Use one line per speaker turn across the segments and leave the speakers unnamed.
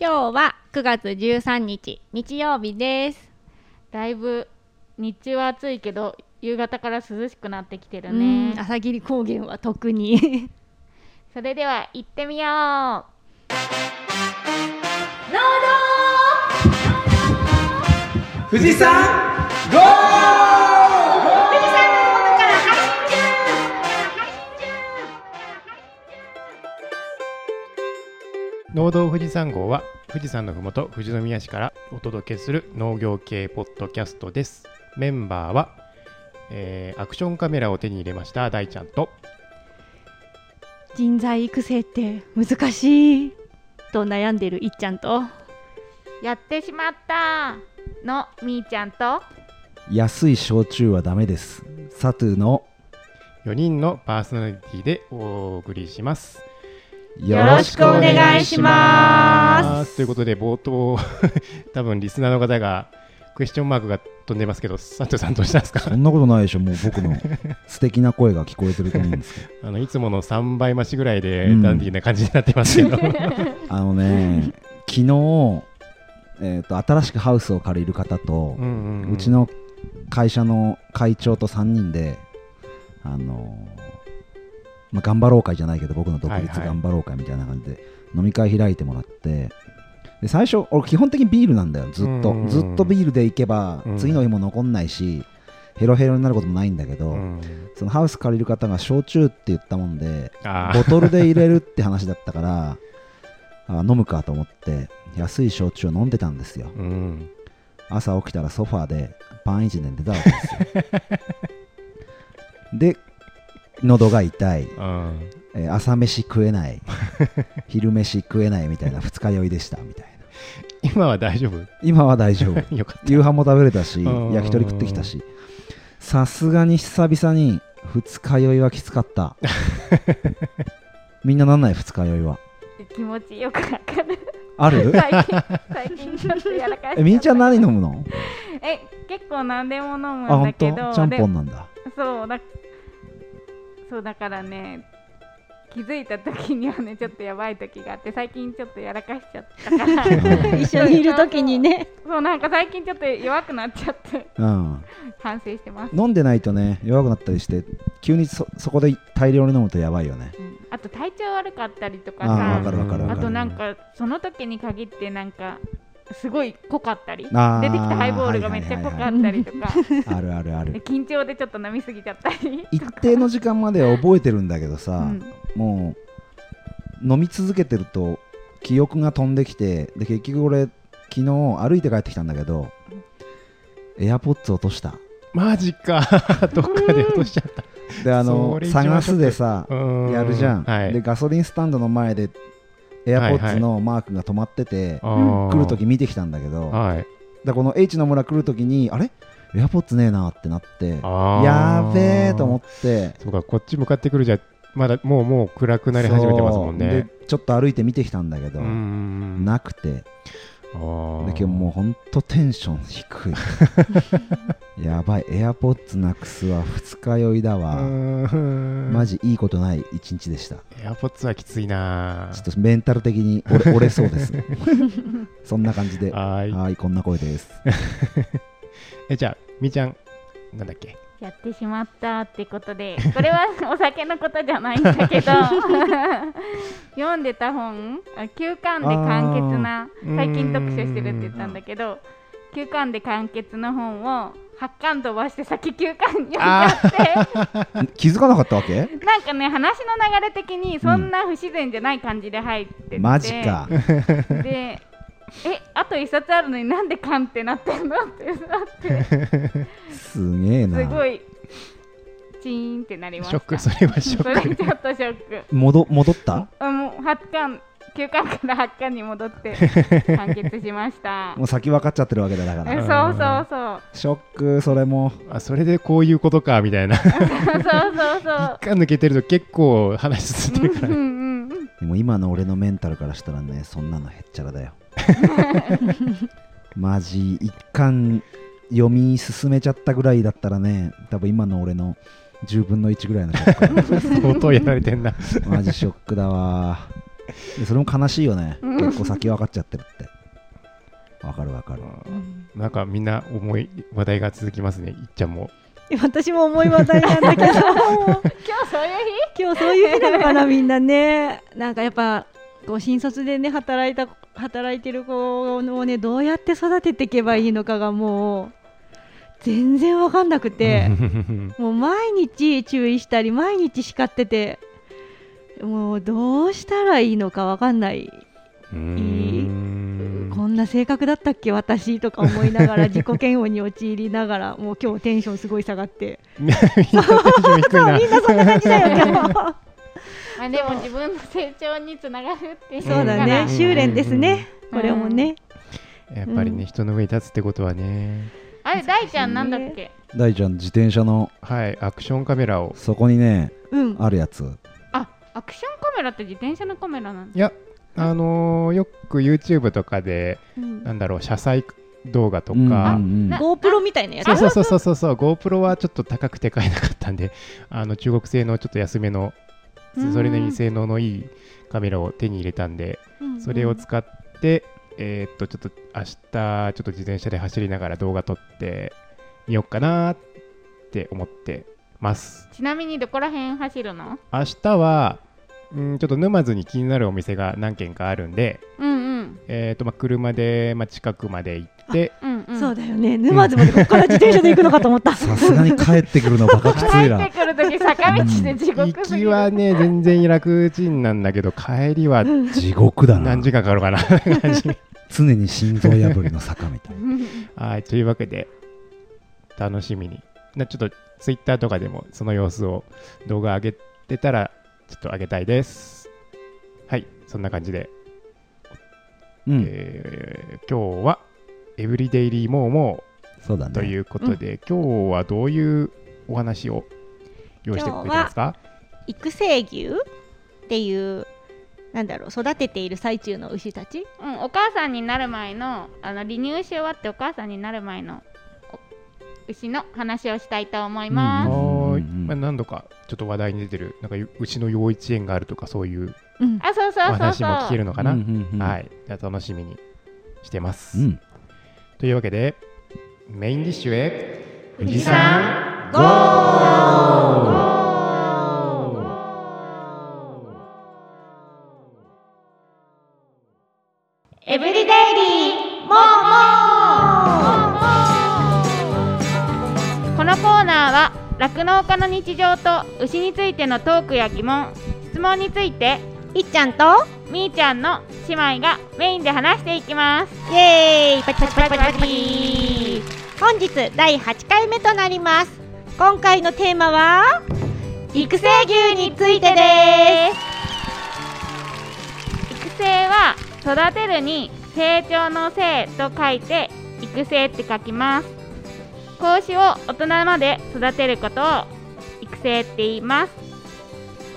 今日は9月13日日曜日です
だいぶ日中は暑いけど夕方から涼しくなってきてる
ね
ね
朝霧高原は特に
それでは行ってみようは
富士山ゴー
農道富士山号は富士山のふもと富士宮市からお届けする農業系ポッドキャストですメンバーは、えーアクションカメラを手に入れました大ちゃんと
人材育成って難しいと悩んでるいっちゃんと
やってしまったのみーちゃんと
安い焼酎はダメですサトゥの
4人のパーソナリティでお送りします
よ
ろしくお願いしま
ということで冒頭 多分リスナーの方がクエスチョンマークが飛んでますけどサントさんどうしたんですか
そんなことないでしょもう 僕の素敵な声が聞こえてると思うんですけど
あのいつもの3倍増しぐらいで
うん
ダンディーな感じになってますけ ど、
あのね昨日、えー、と新しくハウスを借りる方と、
うんうん
う
うん
ちの会社の会長と3人であのーまあ、頑張ろう会じゃないけど僕の独
はい
立
はい
頑張ろう会みたいな感じで飲み会開いてもらって、で最初俺基本的にビールなんだよずっと、
うんうんうん
ずっとビールで行けば、
うん
次の日も残んないしヘロヘロになることもないんだけど、
うん
そのハウス借りる方が焼酎って言ったもんで
あー
ボトルで入れるって話だったからあ飲むかと思って安い焼酎を飲んでたんですよ
うん
朝起きたらソファーでパン一年出たわけですよ で喉が痛い、
うん
えー朝飯食えない 昼飯食えないみたいな二日酔いでしたみたいな
今は大丈夫
今は大丈 夫
よかった。
夕飯も食べれたし
うん
焼き鳥食ってきたしさすがに久々に二日酔いはきつかった みんななんない二日酔いは
気持ちよくわかる
ある
最近最近ちょっとやらかし
えみーちゃん何飲むの
え結構何でも飲
あ
むんだ
本
け
当
ど
ちゃんぽん
で
なんだ
そうだそうだからね気づいた時にはねちょっとやばい時があって最近ちょっとやらかしちゃったから
一緒にいる時に ね
そうなんか最近ちょっと弱くなっちゃ って
うん
反省してます、
飲んでないとね弱くなったりして急にそそこで大量に飲むとやばいよね
うんあと体調悪かったりとか
ああ
さ
わかるわかるわか
あ
る
となんかその時に限ってなんかすごい濃かったり出てき
あー
たハイボールがめっちゃ濃かったりとか
あるあるあ
で
る
緊張でちょっと飲みすぎちゃったり
一定の時間までは覚えてるんだけどさ、
うん
もう飲み続けてると記憶が飛んできてで結局俺昨日歩いて帰ってきたんだけどエアポッツ落とした
マジか。 どっかで落としちゃった。
であ
そ
の
れ一番
探すでさ
う
やるじゃん、
はい。
でガソリンスタンドの前でエアポッツのマークが止まってて、来
来
るとき見てきたんだけど、
はい。
だからこの H の村来るときにあれエアポッツねえなってなって
あー
やべえと思って
そうか、こっち向かってくるじゃ、まだもうもう暗くなり始めてますもんね。
そうでちょっと歩いて見てきたんだけど、
うんうんうん。
なくて
あ
で
ー
今日もうほんとテンション低 いやばいエアポッツなくすは二日酔いだ
う
わ、
ーん。
マジいいことない一日でした
エアポッツはきついな
ちょっとメンタル的に折れ折れそう ですそんな感じでは
はい。
ーいこんな声です
え、じゃあ、みーちゃん、なんだっけ。
やってしまったってことでこれはお酒のことじゃないんだ けど読んでた本あ「休館で完結な」
あー
最近読書してるって言ったんだけど「休館で完結」の本を8巻飛ばして先休館に読んじゃって
気づかなかったわけ
なんかね話の流れ的にそんな不自然じゃない感じで入ってて、
マジか
でえあと1冊あるのになんで缶ってなってんのってなって
すげえな
すごいチーンってなりまし
ショ
た
ック、 それはシ ョ
それちょ
ッ
っ
ク。
とショック
戻戻った
あもう8巻9巻から8巻に戻って完結しました
もう先分かっちゃってるわけだだか
え
ら
そうそうそう
ショックそれも
あ、それでこういうことか、みたいな。 一
そうそうそう
回抜けてると結構話続いてるか
うん
ら。
うんうん
でも今の俺のメンタルからしたらねそんなのへっちゃ らだよマジ一巻読み進めちゃったぐらいだったらね多分今の俺の10分の1ぐらいのショッ ク
相当やられてんな。
マジショックだわでそれも悲しいよね
うん
結構先分かっちゃってるってわかるわかる
なんかみんな重い話題が続きますね、いっちゃんも。
私も重い話題なん だけど
今日そういう
今日そういう日なのかなみんなねなんかやっぱこう新卒でね働いた働いてる子をねどうやって育てていけばいいのかがもう全然わかんなくてもう毎日注意したり毎日叱っててもうどうしたらいいのかわかんない、
うーん
こんな性格だったっけ私とか思いながら自己嫌悪に陥りながらもう今日テンションすごい下がって
みんなテンション低いな。
みんな そんな感じだよ今日
日まあでも自分の成長につながるっていう
そうだね、
ん
修練ですね、
うん
これもね、
やっぱり
う
ね、人の上に立つってことはね、
あれ大ちゃんなんだっけ
大ちゃん自転車の
はい、アクションカメラを。
そこにね
うん、
あるやつ
あアクションカメラって自転車のカメラなんだ
いや、あのーよく YouTube とかで、
うん
なんだろう、車載動画と
うん
か
う、んうん
な
GoPro みたいなやつ
そうそうそうそうそうそう、GoPro はちょっと高くて買えなかったんで、あの中国製のちょっと安めの、
うん
それなりに性能のいいカメラを手に入れたんで、
うん
それを使って、えーっと、ちょっと明日、ちょっと自転車で走りながら動画撮ってみようかなって思ってます。
ちなみにどこら辺走るの
明日は、うんちょっと沼津に気になるお店が何軒かあるんで、
うんうん
えーっとまあ、車で、まあ、近くまで行って、
うんうん
そうだよね沼津までここから自転車で行くのかと思った
さすがに帰ってくるのバカきつい
帰っ
な
てくるとき坂道で地
行
獄すぎ
き
る
はね、全然楽ちんなんだけど、帰りは
地獄だな
何時間かかるかな。何時間
常に心臓破りの坂みたい
はい、というわけで、楽しみに。なちょっと、ツイッターとかでも、その様子を動画上げてたら、ちょっと上げたいです。はい、そんな感じで、
うん
えー今日は、エブリデイリーモーモ
そうだ
ーとい
ね
うことで、今日はどういうお話を用意してくれてますか
育成牛っていうなんだろう育てている最中の牛たち
うん、お母さんになる前のあの離乳し終わってお母さんになる前のお牛の話をしたいと思います、
うん
はーい、
うんうんうん
まあ、何度かちょっと話題に出てる、なんかううちの幼稚園があるとか、そういう
うん
あそうそ
お
うそう
話も聞
そ
け
う
るのかな。はいい、じゃあ楽しみにしてます。
うん
というわけでメインディッシュへ富士
山エブリデイリーもうもうこのコーナーは酪農家の日常と牛についてのトークや疑問質問について
いっちゃんと
みーちゃんの姉妹がメインで話していきます
イエーイパチパチ
パ
パ
チ
チ
パ
パ
チ
チ
パチ
パチ本日第8回目となります今回のテーマは育成牛について
です育成は育てるに成長の成と書いて育成って書きます子牛を大人まで育てることを育成って言います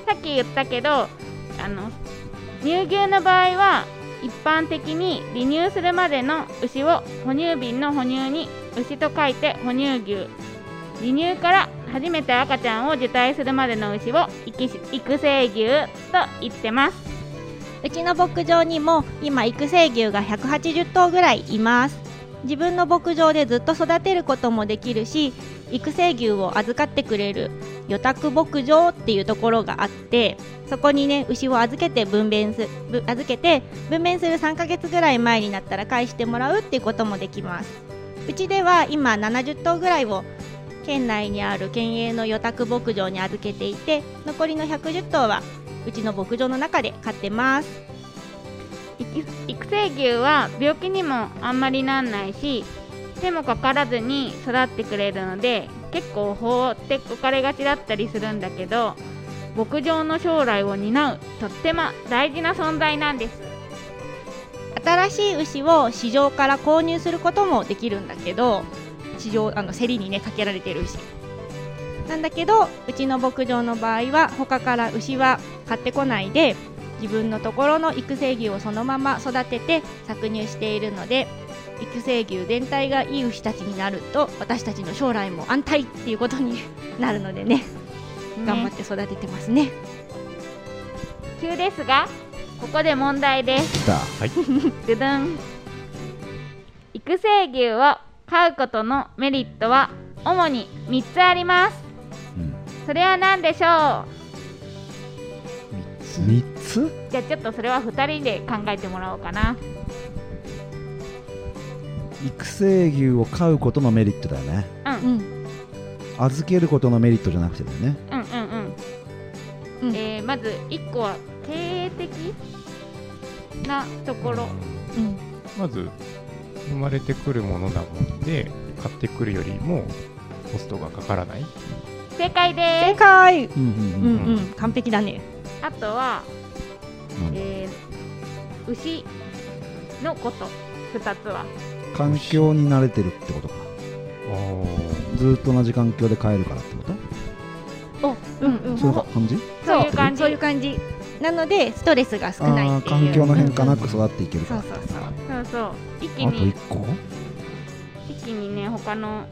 さっき言ったけどあの乳牛の場合は一般的に離乳するまでの牛を哺乳瓶の哺乳に牛と書いて哺乳牛離乳から初めて赤ちゃんを受胎するまでの牛を育し育成牛と言ってます
うちの牧場にも今育成牛が180頭ぐらいいます自分の牧場でずっと育てることもできるし育成牛を預かってくれる予託牧場っていうところがあってそこにね牛を預けて分娩すぶ預けて分娩する3ヶ月ぐらい前になったら返してもらうっていうこともできますうちでは今70頭ぐらいを県内にある県営の予託牧場に預けていて残りの110頭はうちの牧場の中で飼ってます
育育成牛は病気にもあんまりなんないし手もかからずに育ってくれるので結構放っておかれがちだったりするんだけど牧場の将来を担うとっても大事な存在なんです
新しい牛を市場から購入することもできるんだけど市場あの競りにねかけられてる牛なんだけどうちの牧場の場合は他から牛は買ってこないで自分のところの育成牛をそのまま育てて搾乳しているので育成牛全体がいい牛たちになると私たちの将来も安泰っていうことになるのでね頑張って育ててますね
急ですがここで問題です
来た
ドゥドゥン育成牛を飼うことのメリットは主に3つあります
うん
それは何でしょう
三つ
じゃあちょっとそれは2人で考えてもらおうかな
育成牛を飼うことのメリットだよね
うん
うん
預けることのメリットじゃなくてだよね
うんうんうん、
うん
えーまず1個は経営的なところ
うん
まず生まれてくるものだもんで買ってくるよりもコストがかからない
正解
正
です
解
うん
う
うんん
うん完璧だね
あとは、
なんだ
えー牛のこと2つは
環境に慣れてるってことかずーっと同じ環境で飼えるからってこと
うんうん
そういう感じ
そういう感じ
そういう感じなのでストレスが少ない
ああ
っていう
環境の変化なく育っていけるか
そ
ら
うそうそう
そうそう一気
あと
に
一個
一気にね他の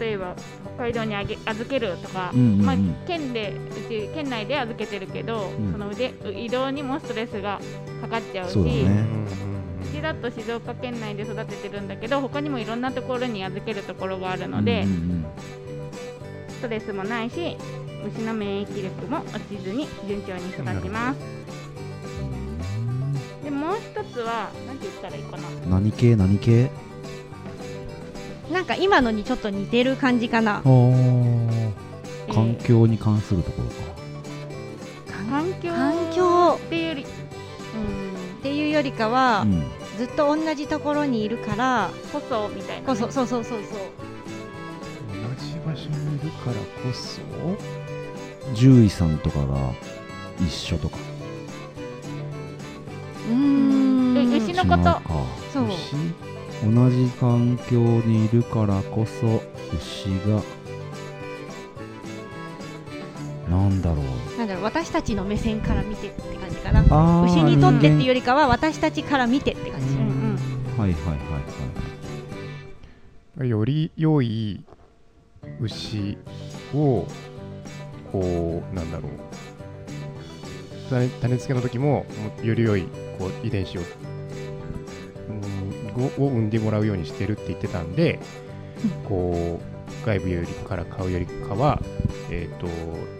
例えば北海道にあげ預けるとか、
うんうんうん
まあ、県でうち県内で預けてるけど、
うん
その腕移動にもストレスがかかっちゃうし
そうだ
う
ね
ん
うちだと静岡県内で育ててるんだけど他にもいろんなところに預けるところがあるので、
うんうん
ストレスもないし牛の免疫力も落ちずに順調に育ちますでもう一つは何て言ったらいいかな
うん何系何系
なんか今のにちょっと似てる感じかな
あー
えー
環境に関するところか、
環境
環境
っていうより
っ
う
ていうよりかは、
うん
ずっと同じところにいるから
んこそみたいなね、
こそそうそうそうそう
同じ場所にいるからこそ
獣医さんとかが一緒とか
うーん
で牛
違
の
う
こと
か
そう
牛
同じ環境にいるからこそ牛がなんだろう
なんだろう私たちの目線から見てって感じかな
あー
牛にとってっていう
人
よりかは私たちから見てって感じ
うんうん
間はいはいはい
より良い牛をこうなんだろう種種付けの時ももうより良いこう遺伝子をうんごを産んでもらうようにしてるって言ってたんでこう外部よりから買うよりかは、えー、と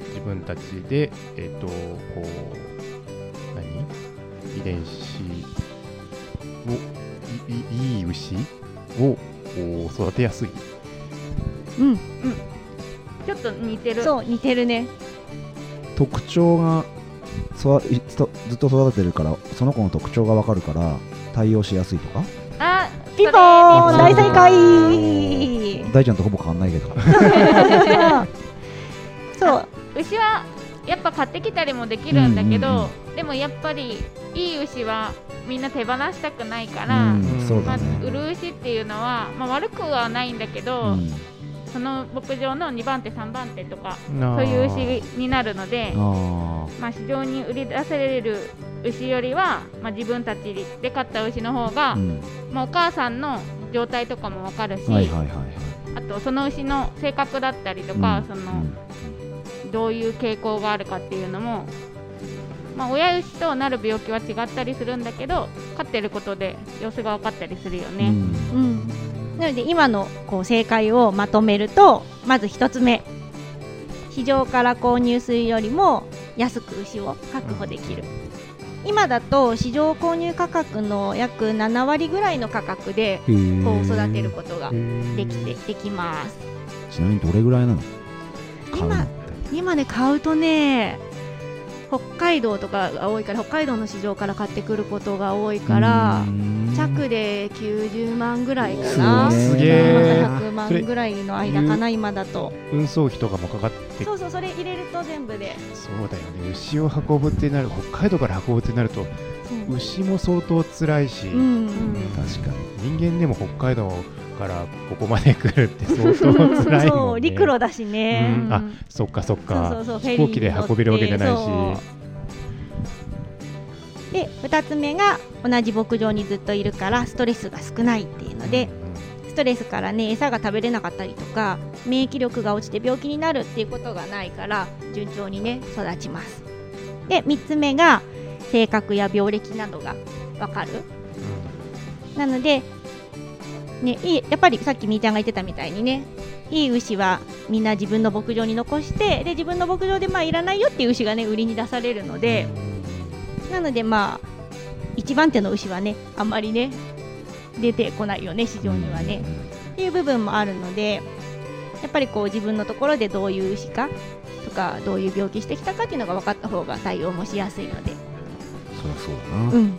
自分たちで、えー、とこう何遺伝子をいいいい牛をこう育てやすい。
うん、
ちょっと似てる
そう似てるね
はい特徴がそいずっとずっと育ててるからその子の特徴がわかるから対応しやすいとか
あ
ピンポーン
そ
大
れ
正解
大ちゃんとほぼ変わんないけど
そう
牛はやっぱ買ってきたりもできるんだけど、
うんうん
でもやっぱりいい牛はみんな手放したくないから、
うんそう
ま
だ
あ、売
ね
る牛っていうのは、まあ、悪くはないんだけ
う
ど、
ん
その牧場の2番手3番手とか
そ
そういう牛になるので
あ
まあ、市場に売り出される牛よりは、まあ、自分たちで買った牛の方が、
あうん
まあ、お母さんの状態とかも分かるし、
はいはいはいはい
あとその牛の性格だったりとか、
う
そ
ん
うの
ん
どういう傾向があるかっていうのも、まあ、親牛となる病気は違ったりするんだけど飼ってることで様子が分かったりするよ
う
ね。
ん
うんなので今のこう正解をまとめるとまず一つ目市場から購入するよりも安く牛を確保できる今だと市場購入価格の約7割ぐらいの価格で
へー
こう育てることができてできます
ちなみにどれぐらいなの買うのって
今今ね買うとね北海道とかが多いから北海道の市場から買ってくることが多いから着で90万ぐらいかな
すごいね
すげ
え
ま
そ
た100
れ
万ぐらいの間かな今だと
運送費とかもかかって
そうそうそれ入れると全部で
そうだよね牛を運ぶってなる北海道から運ぶってなると
そう
牛も相当辛いし、
うん、
確かに
人間でも北海道からここまで来るって相当辛い
そ
も、
うん
ね、
陸路だし
う
ね、
んあそっかそっ
そう
か
そうそうフェ
飛
リーに
行機で運べるわけじゃないし
乗ってそうで2つ目が同じ牧場にずっといるからストレスが少ないっていうので、ストレスからね餌が食べれなかったりとか免疫力が落ちて病気になるっていうことがないから順調にね育ちますで3つ目が
性格や病歴などがわかるなので、ね、いいやっぱりさっきみーちゃんが言ってたみたいにねいい牛はみんな自分の牧場に残してで自分の牧場でまあいらないよっていう牛がね売りに出されるのでなのでまあ一番手の牛はねあんまりね出てこないよね市場にはね。っていう部分もあるのでやっぱりこう自分のところでどういう牛かとかどういう病気してきたかっていうのが分かった方が対応もしやすいので、
そりゃそうだな、
うん、っ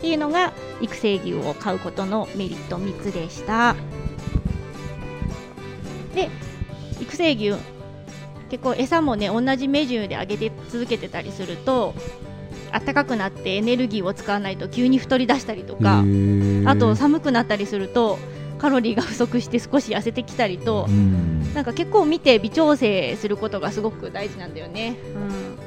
ていうのが育成牛を買うことのメリット3つでしたで育成牛結構餌もね同じメジューであげて続けてたりすると暖かくなってエネルギーを使わないと急に太り出したりとか、
へえ
あと寒くなったりするとカロリーが不足して少し痩せてきたりと
う、ん
なんか結構見て微調整することがすごく大事なんだよね。い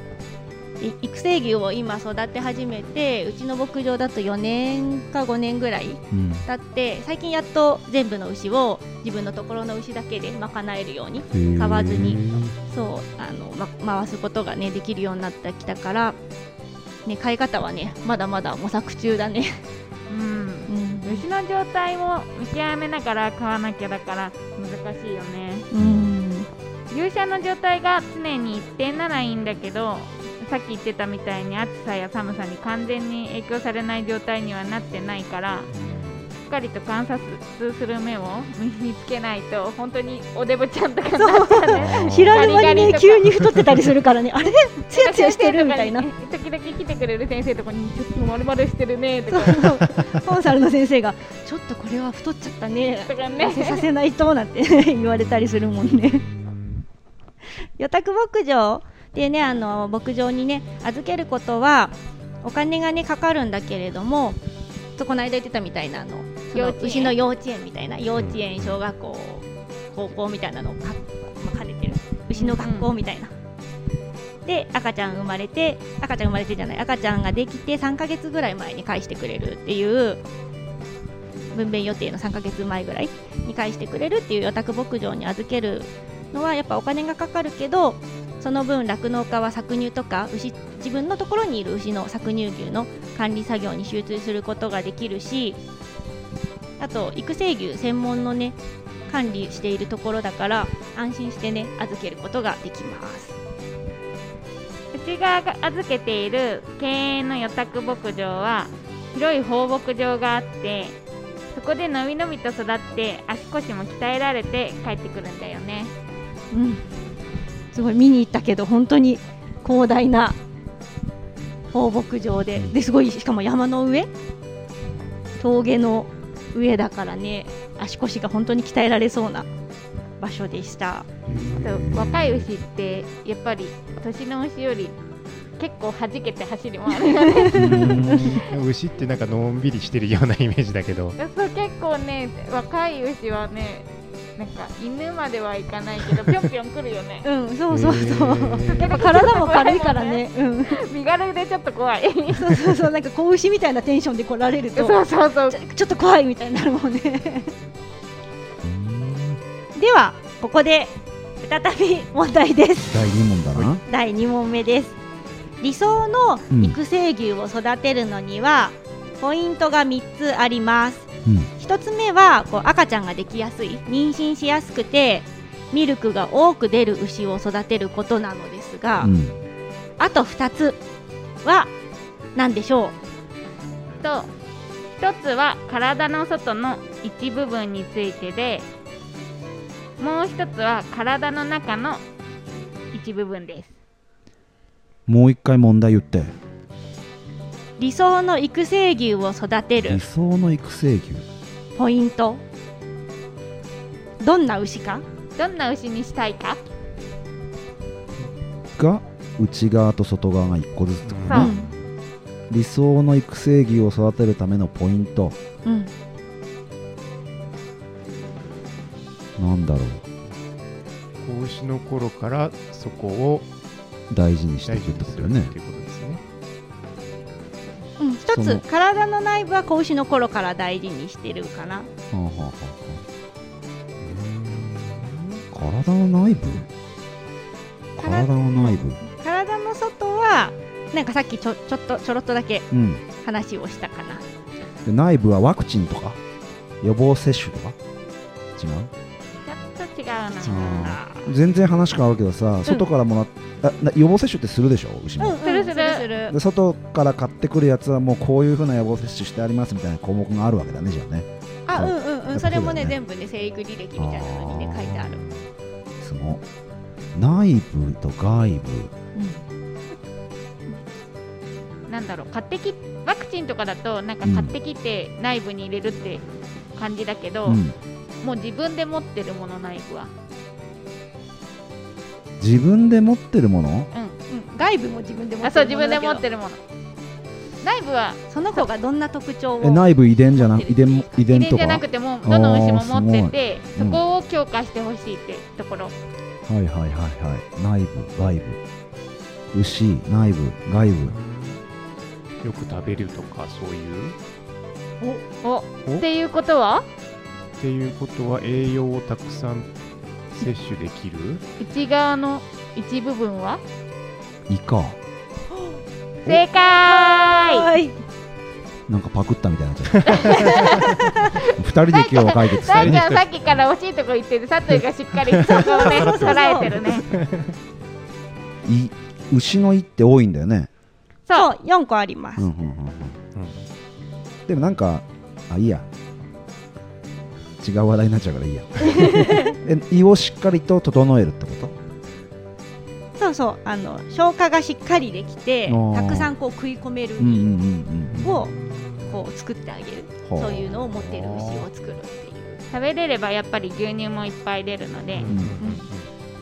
育成牛を今育て始めてうちの牧場だと4年か5年ぐらい
うん
経って最近やっと全部の牛を自分のところの牛だけで賄えるように
へえ
買わずにそうあの、ま、回すことが、ね、できるようになってきたから、ね、買い方はねまだまだ模索中だ ね。
うん
うん
虫の状態を見極めながら買わなきゃだから難しいよね
うん
牛舎の状態が常に一定ならいいんだけどさっき言ってたみたいに暑さや寒さに完全に影響されない状態にはなってないからしっかりと観察する目を 身につけないと本当におデブちゃんとかになっちゃうね
知らぬ間に
ガリガリ
ね
とか
急に太ってたりするから ねあれつやつやしてるみたいな
先生とかに時々来てくれる先生とかにちょっと丸々してるねとか
コンサルの先生が「ちょっとこれは太っちゃったね
とか
痩せ
ね
させないと」なん て言われたりするもんね。予託牧場でねあの牧場にね預けることはお金がねかかるんだけれどもちょっとこの間言ってたみたいなあのそ
幼
の
稚園
牛の幼稚園みたいな幼稚園小学校高校みたいなのをか、まあ兼ねてる牛の学校みたいな。で赤ちゃん生まれて赤ちゃん生まれてじゃない赤ちゃんができて3ヶ月ぐらい前に返してくれるっていう分娩予定の3ヶ月前ぐらいに返してくれるっていう予託牧場に預けるのはやっぱお金がかかるけどその分酪農家は搾乳とか牛自分のところにいる牛の搾乳牛の管理作業に集中することができるしあと育成牛専門のね管理しているところだから安心してね預けることができます。
うちが預けている経営の予託牧場は広い放牧場があってそこでのびのびと育って足腰も鍛えられて帰ってくるんだよね
うん、すごい見に行ったけど本当に広大な放牧場でですごいしかも山の上峠の上だからね足腰が本当に鍛えられそうな場所でした
そう若い牛ってやっぱり年の牛より結構弾けて走り回るよね
牛ってなんかのんびりしてるようなイメージだけど、
そう結構ね若い牛はねなんか犬まではいかないけどぴょんぴょん来るよね
うんそうそうそう、
へー
やっぱ体も軽いからね、うん、
身軽でちょっと怖い
そうそうそうなんか子牛みたいなテンションで来られると
そうそうそう
ちょちょっと怖いみたいになるもんね ではここで再び問題です
第2問だな
第2問目です理想の育成牛を育てるのには、ポイントが3つあります
うん
1つ目はこう赤ちゃんができやすい妊娠しやすくてミルクが多く出る牛を育てることなのですが、
うん
あと2つは何でしょう
と一つは体の外の一部分についてでもう一つは体の中の一部分です
もう一回問題言って
理想の育成牛を育て
理
る
想の育成牛
ポイントどんな牛か
どんな牛にしたいか
が内側と外側が1個ずつってこと
そう
ね理想の育成牛を育てるためのポイント
うん、
なんだろう
子牛の頃からそこを
大事にして
大
い
事
くっ
にす
てこと
る
よ
って
ね
いうことですね。
うん、1
その
つ体の内部は子牛の頃から大事にしてるかな
はあはあはあはあ体の内部体の内部
体の外は
なんかさっきちょちょっとちょろっとだけ
うん、
話をしたかな
で内部はワクチンとか予防接種とか違う
ちょっと違うな
う全然話変わるけどさ外からもらっ、あな予防接種ってするでしょ牛も、
するする
る
で外から買ってくるやつはもうこういうふうな予防接種してありますみたいな項目があるわけだねじゃあね
あうんうんうんそれもね
そうだね
全部ね生育履歴みたいなのにね書いてある
その内部と外部
なんだろう買ってきワクチンとかだとなんか買ってきて内部に入れるって感じだけど、
うん
もう自分で持ってるもの内部は
自分で持ってるもの
うん外部も自分で持
あ
って
そう
る
自
も
分で
のだけど
持ってるもの内部は
その子がどんな特徴を
え内部遺伝じゃな
持って
遺
る
伝遺
遺
伝
伝
と
じ
か
ゃなくてもどの牛も持ってて
あーすごい
そこを強化してほしいってところ、
はいはいはいはい内部外部牛内部外部
よく食べるとかそういう
お
お
っていうことは
っていうことは栄養をたくさん摂取できる
内側の一部分は
イカ
正解
はい
なんかパクったみたいになっちゃった 二人で今日は解決した
大
ね
ちゃんさっきから惜しいとこ言ってる佐藤がしっかりそこをね
そうそうそう
捉えてるね
い牛の胃って多いんだよね、
そう
そう4個あります
うんうんうんうんでもなんかあいいや違う話題になっちゃうからいい やえ胃をしっかりと整えるってこ
そうそうあの消化がしっかりできて
あー
たくさんこう食い込める
とうんうんうんうん
をこう作ってあげる
ほ
そういうのを持ってる牛を作るっていう
食べれればやっぱり牛乳もいっぱい出るので、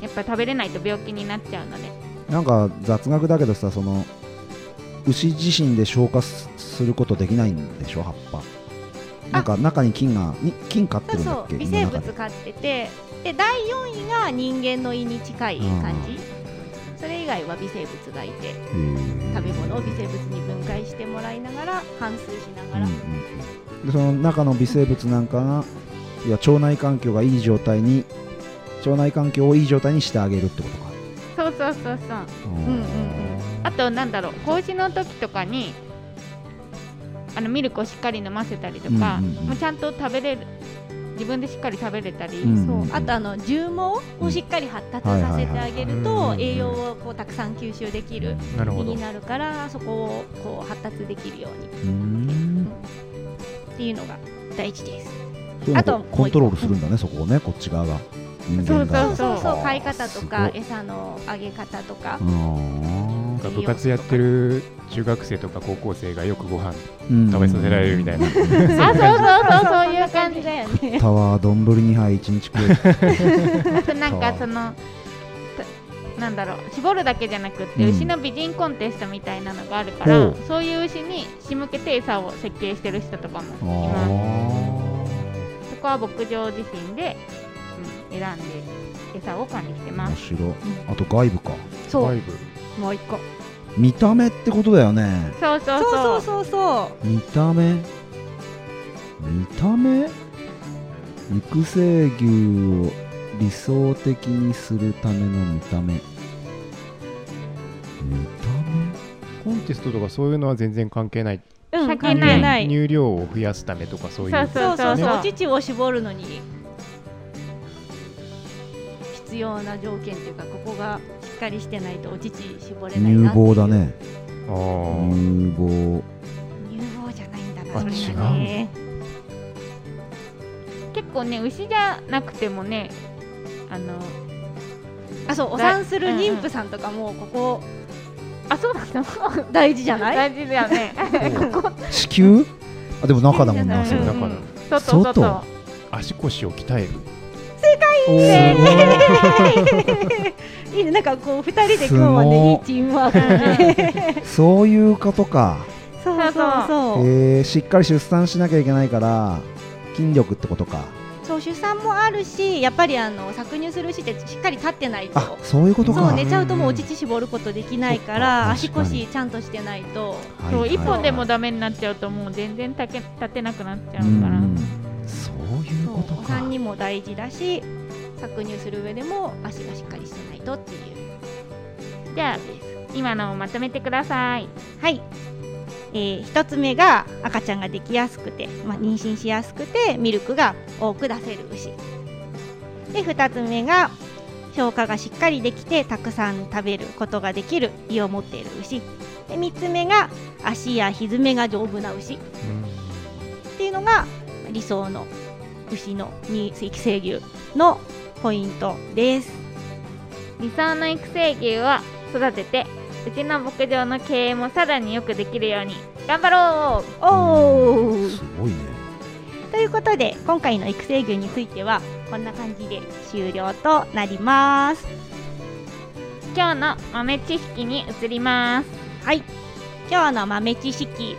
やっぱ食べれないと病気になっちゃうので
なんか雑学だけどさその牛自身で消化すすることできないんでしょ葉っぱなんか中に菌がに菌飼って
そう
るんだ
そ
っけ
う微
胃
生
の中
物
で
飼っててで第4位が人間の胃に近い感じそれ以外は微生物がいて
へー
食べ物を微生物に分解してもらいながら反数しなが
うん
ら、
うんうんでその中の微生物なんかがいや腸内環境がいい状態に腸内環境をいい状態にしてあげるってことか
そうそうそうそう
うんうん
あとなんだろう子牛の時とかにあのミルクをしっかり飲ませたりとか、
うんうんうん
もうちゃんと食べれる自分でしっかり食べれたり、
うん
そうあとあの重毛をしっかり発達させてあげる
うんはいはいは
と
い
栄養をこうたくさん吸収できる
なる
胃
ほど
になるからそこをこう発達できるように
うーん
っていうのが大事です
そういうの
あと
こコントロールするんだねそこをねこっち側が人間
そ
が
う
そ
そうう
そ
そうう買い方と
あ
か
ー
餌のあげ方とか
うーん
なんか部活やってる中学生とか高校生がよくご飯
うん
食べさせられるみたいな
あそうそうそうそういう感じ
だよね
タワー丼2杯1日 食える
あとなんかそのたなんだろう絞るだけじゃなくって、
うん
牛の美人コンテストみたいなのがあるから、
ほう
そういう牛に仕向けて餌を設計してる人とかもいますそ
あ
こは牧場自身で、うん、選んで餌を管理して
あ
ま
面
す
白いあと外部か
そ
外
う
部
もう一個
見た目ってことだよね
そうそう
そ
そ
うそううそうそ
見た目見た目育成牛を理想的にするための見た目見
コンテストとかそういうのは全然関係ないう
うん
関係
関
ない
係ない
乳量を増やすためとかそういう
そう
そうそう
ね
そうお乳を絞るのに必要な条件というかここがしっかりしてないとお乳絞れ
た
ない
目
な
乳
っていう
房だね
あー
乳房
乳房じゃないんだ
あ
なそれがね
結構ね牛じゃなくてもねあの
あそうお産する妊婦さんとかもここ
あそうなんだ
大事じゃない
大事だよね ここ
子宮あでも中だもんな
そ
そうれ
だ
だ
から
うん外外
外
足腰を鍛える
正
いいねなんかこう二人で今日はねいいチームワークだね
そういうことか
そうそうそう、
えー、しっかり出産しなきゃいけないから筋力ってことか
そう出産もあるしやっぱりあの搾乳するしってしっかり立ってないと
あそういうことか
そう寝ちゃうともうお乳絞ることできないか
う
ら
ん
足
確かに
腰ちゃんとしてないと
はい
そう
はい
一本でもダメになっちゃうともう全然立て立てなくなっちゃう
う
から、
んそういう
そう
こと
お
か
産にも大事だし搾乳する上でも足がしっかりしてないとっていう
じゃあ今のをまとめてください
はい、えー、1つ目が赤ちゃんができやすくて、まあ、妊娠しやすくてミルクが多く出せる牛で2つ目が消化がしっかりできてたくさん食べることができる胃を持っている牛で3つ目が足やひずめが丈夫な牛っていうのが理想の牛のに育成牛の ポイントです
理想の育成牛は育ててうちの牧場の経営もさらによくできるように頑張ろう
お
うん
ー
すごいね
ということで今回の育成牛についてはこんな感じで終了となります
今日の豆知識に移ります
はい今日の豆知識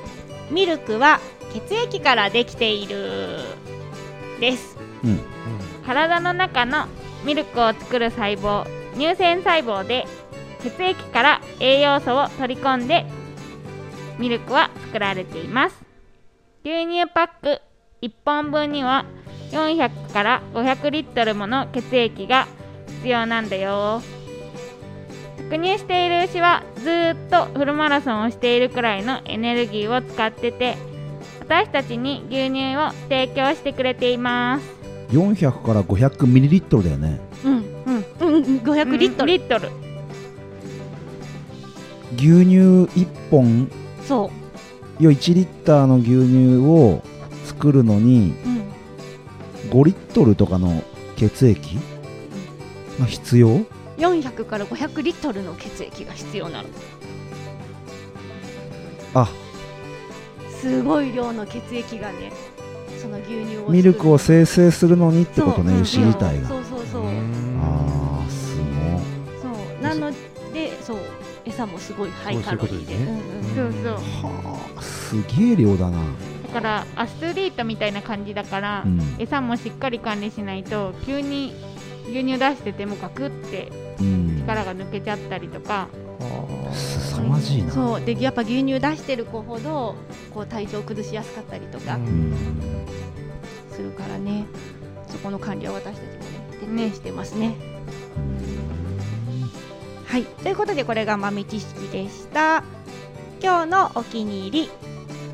ミルクは血液からできているです
体の中のミルクを作る細胞乳腺細胞で血液から栄養素を取り込んでミルクは作られています牛乳パック1本分には400から500リットルもの血液が必要なんだよ搾乳している牛はずーっとフルマラソンをしているくらいのエネルギーを使ってて私たちに牛乳を提供してくれています
400から500ミリリットルだよね
うんうんうんうん500リッ
う
トル、
んリットル
牛乳1本
そ
要は1リッターの牛乳を作るのに
う、うん、
5リットルとかの血液が必要
400から500リットルの血液が必要なの
あ
すごい量の血液がねその牛乳を
ミルクを
っ
生成するのにってことね、牛自体が、
そうそうそう
ああす
そうなのでそう餌もすごいハイ
そう
カ
そういう
ロ
こ
リ
と
ーで
ですね
うんう
そう
ん
そう
ごいはあすげえ量だな
だからアスリートみたいな感じだから、
うん、
餌もしっかり管理しないと急に牛乳出しててもガクって
うん、
力が抜けちゃったりとか、
すさまじいな
そうでやっぱ牛乳出してる子ほどこう体調崩しやすかったりとか
うん
するからね、そこの管理は私たちもね徹底してますね。はいということでこれが豆知識でした。今日のお気に入り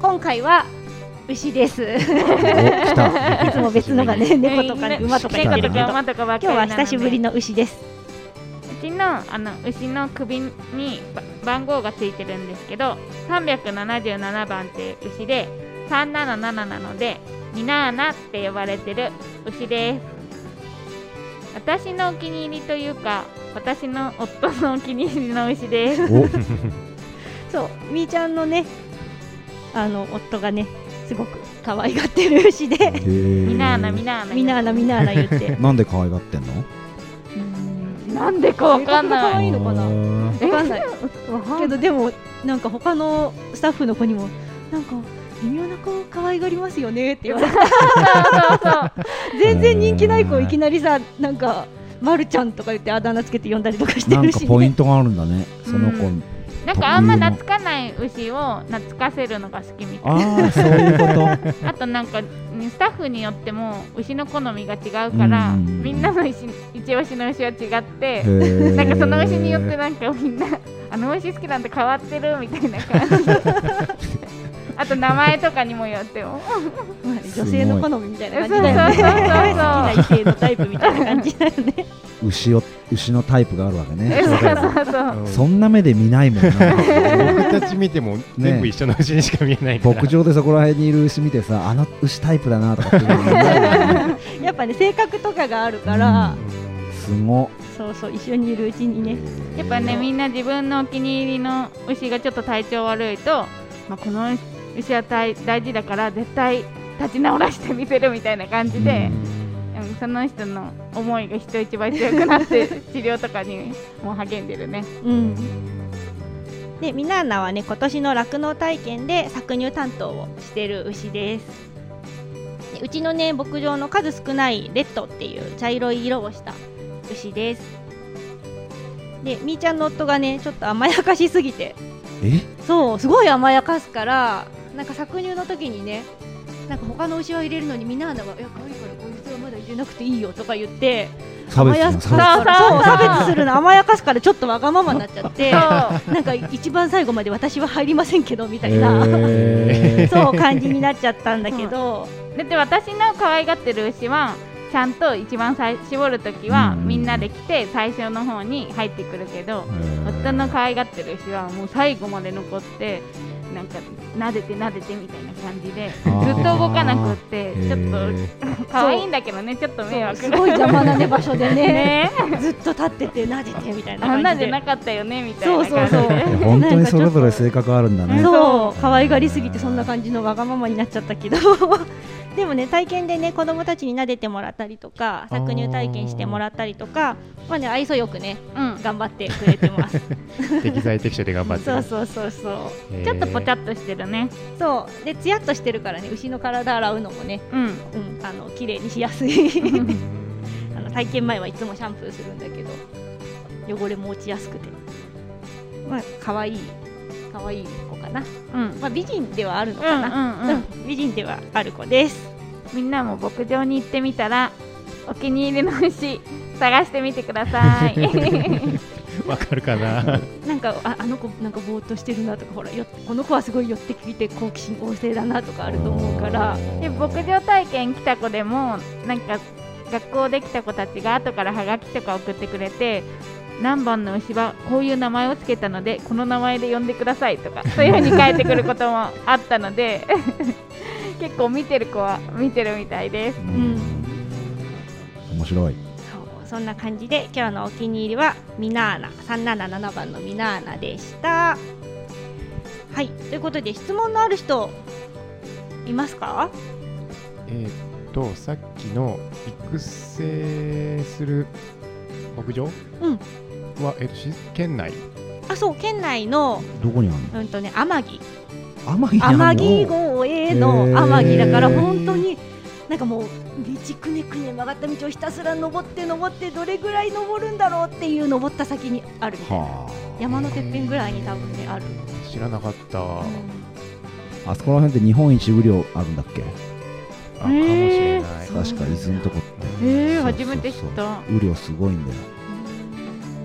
今回は牛です。い
お来た
つ も別のがね猫とかね馬とか言ってるけど
猫とか馬とかばっかりな
今日は
ので
久しぶりの牛です。
うちのあの牛の首にば番号がついてるんですけど377番って牛で377なのでミナーナって呼ばれてる牛です私のお気に入りというか私の夫のお気に入りの牛です
お
そうみーちゃんのねあの夫がねすごく可愛がってる牛で
み
みなーなみなーな
みんなあらみんなあら言って。
なんで可愛がってんの
なんで かわかん
可
ない
愛いのかな
へー
わかんない
わかんな
け
い
どでもなんか他のスタッフの子にもなんか微妙な子可愛がりますよねって言われて
そうそう
全然人気ない子いきなりさなんかまるちゃんとか言ってあだ名つけて呼んだりとかして
なん
る
か
し、ね、
ポイントがあるんだねその子
うなんかあんま懐かない牛を懐かせるのが好きみたい
ああそういうこと
あとなんかねスタッフによっても牛の好みが違うから
うんうんうん
みんなの牛一押しの牛は違って
な
なんかその牛によってなんかみんなあの牛好きなんて変わってるみたいな 感じあと名前とかにもよっても
まあ女性の好みみたいな感じだよね
すごい
好きな異性のタイプみたいな感じだよね
牛を牛のタイプがあるわけね
そうそうそう
そんな目で見ないもんな
僕たち見ても全部一緒の牛にしか見えないから
牧場でそこら辺にいる牛見てさあの牛タイプだなとかっていうのがないよね
やっぱね性格とかがあるから、
すご
そうそう一緒にいるうちにね、
やっぱね、みんな自分のお気に入りの牛がちょっと体調悪いと、まあ、この牛は大大事だから絶対立ち直らせてみせるみたいな感じで、うんその人の思いが人一倍強くなって 治療とかにも励んで るね。
うん、でミナーナはね今年の酪農体験で搾乳担当をしてる牛ですでうちのね牧場の数少ないレッドっていう茶色い色をした牛ですでみーちゃんの夫がねちょっと甘やかしすぎて
え
そうすごい甘やかすからなんか搾乳の時にねなんか他の牛は入れるのにミナーナが「いや可愛いからこいつはまだ入れなくていいよ」とか言って
差別
甘や
じゃん差
かそう
別
そう
差別するの甘やかすからちょっとわがままになっちゃって
そ
なんか一番最後まで私は入りませんけどみたいな、
へ
そう感じになっちゃったんだけど、
うだって私の可愛がってる牛はちゃんと一番最絞るときは
うん
みんなで来て最初の方に入ってくるけど
ー
夫の可愛がってる牛はもう最後まで残ってなんか撫でて撫でてみたいな感じでず
あ
っ
ー
と動かなくって
へ
ちょっ
ー
と可愛いんだけどねちょっと迷
そう
惑
すごい邪魔なね場所で ね
ね
ずっと立っててなでてみたいな
あんな
感じ
じ
で
ゃなかったよねみたいな
そう
感
そう
じ
そう
で
いや本当にそれぞれ性格あるんだ
な
ね
んかちょっ
そう可愛がりすぎてそんな感じのわがままになっちゃったけど でもね体験でね子供たちに撫でてもらったりとか搾乳体験してもらったりとかまあね愛想よくね
うん
頑張ってくれてます
適材適所で頑張って
そう
る
そうそうそう
ちょっとぽちゃ
っ
っとしてるね
そうでツヤっとしてるからね牛の体洗うのもね
うん
うんあの綺麗にしやすい
うん
あの体験前はいつもシャンプーするんだけど汚れも落ちやすくてまあ可愛い可愛い子かな
うん
まあ美人ではあるの
う
か
ん
な、
うん うん
うん美人ではある子です。
みんなも牧場に行ってみたらお気に入りの牛探してみてくださ い
わかるかな
なんかああの子なんかぼーっとしてるなとかほらよこの子はすごい寄ってきて好奇心旺盛だなとかあると思うから
で牧場体験来た子でもなんか学校で来た子たちが後からハガキとか送ってくれて何番の牛はこういう名前をつけたのでこの名前で呼んでくださいとかそういうふうに書いてくることもあったので 結構見てる子は見てるみたいです
うん面白い
そうそんな感じで今日のお気に入りはミナーナ377番のミナーナでした。はいということで質問のある人いますか？
えーっとさっきの育成する牧場
うん
は、えーっとし県内
あそう県内の
どこにある
うんとね天城
の天城にあるの
天城号 A の
へー
天城だから本当になんかもう道くねくね曲がった道をひたすら登って登ってどれぐらい登るんだろうっていう登った先にあるみたいな
は
山のてっぺんぐらいに多分ねある、
知らなかった、あ
ああそこら辺って日本一雨量あるんだっけ
かもしれない、
そう
確か伊豆のとこって
うん
えー、
そうそうそう
初めて知った
雨量すごいんだよ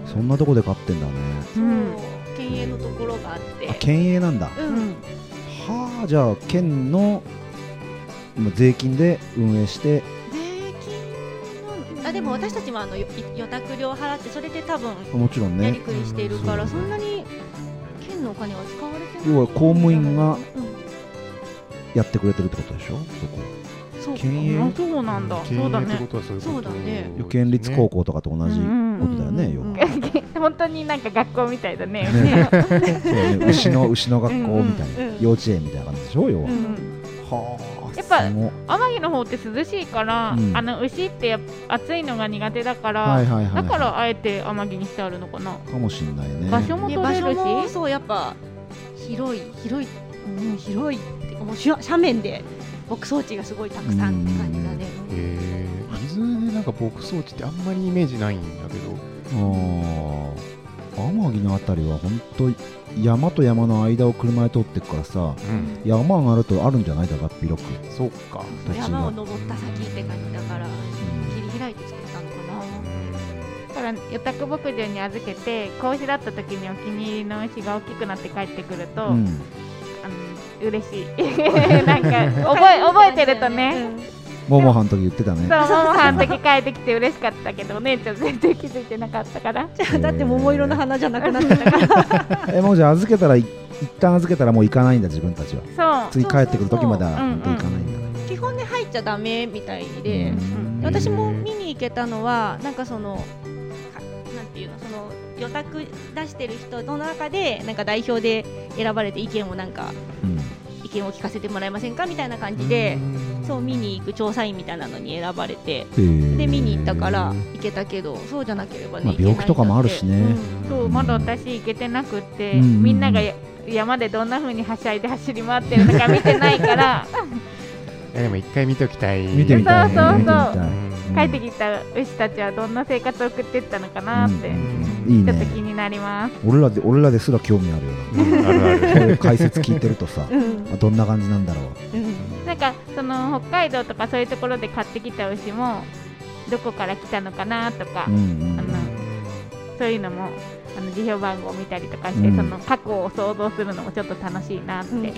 そんなとこで買ってんだね
そう
うん
県営のところがあって
あ県営なんだ
う、
うんん
はあじゃあ県のまあ税金で運営して
税金のあでも私たちもあのよ予託料払ってそれで多分
もちろん
や
ね
りくりしているから、
そ
そ
うん
なに県のお金は使われてない
要は公務員が
うん
やってくれてるってことでしょそこ
そうか
県営
あそうなんだ
経営
そうだ
ってこ
ね
とはそういうこと
そうだね
県立高校とかと同じこ
うん
とだよね、
うん
要は
本当になんか学校みたいだね
ねそうだね牛の牛の学校みたいな、
うんうん
幼稚園みたいな感じでしょ要は、
う
うんん
はあ
やっぱ
すごい
天城の方って涼しいから、
うん
あの牛ってやっぱ暑いのが苦手だから、
はいはいはい
だからあえて天城にしてあるのかな、
かもしんないね
場所も
で
取
場
れ
所
るし
もそうやっぱ広い広い、うん、広いってもうしゅ斜面で牧草地がすごいたくさんって感じだね。
えー、伊豆でなんか牧草地ってあんまりイメージないんだけど
あー天城のあたりは本当山と山の間を車で通ってくからさ
うん
山上がるとあるんじゃないだがっぴろく、
そうか
土地が
山を登った先って感じだから切り開いて作ったのか
だか
な。
ら予託牧場に預けて子牛だった時にお気に入りの牛が大きくなって帰ってくると、
うんうん
あの嬉しい なんか覚え覚えてるとね、
うん
ももはんの時言ってたね
そうママさんの時帰ってきて嬉しかったけどお姉ちゃん全然気づいてなかったから
じゃあだって桃色の花じゃなくなってたから。
えもうじゃあ預けたらい一旦預けたらもう行かないんだ自分たちは
そう
次帰ってくる時までは
そうそう
本当行かないんだね
基本ね 入っちゃダメみたいで、
うん
で私も見に行けたのはなんかそのかなんていうのその予託出してる人の中でなんか代表で選ばれて意見をなんか
うん
意見を聞かせてもらえませんかみたいな感じで、そう見に行く調査員みたいなのに選ばれて、で見に行ったから行けたけど、そうじゃなければね、
まあ
行けない
病
んだって
気とかもあるしね
うん
そうまだ私行けてなくって、
うん
みんながや山でどんな風にはしゃいで走り回ってるのか見てないから
いやでも一回見ておきたい
見てみたいね
そうそうそう
見てみた
う
い
ん
帰ってきた牛たちはどんな生活を送ってったのかなって、
うん
う
いい
ちょっと気
ね
になります
俺らで俺らですら興味あるよ
うんあるある
なこういう解説聞いてるとさ
うん
あどんな感じなんだろう
うん
なんかその北海道とかそういうところで買ってきた牛もどこから来たのかなとか、
うんうん
あのそういうのもあの辞表番号を見たりとかして、
うん
その過去を想像するのもちょっと楽しいなって
うん
思
うん
って、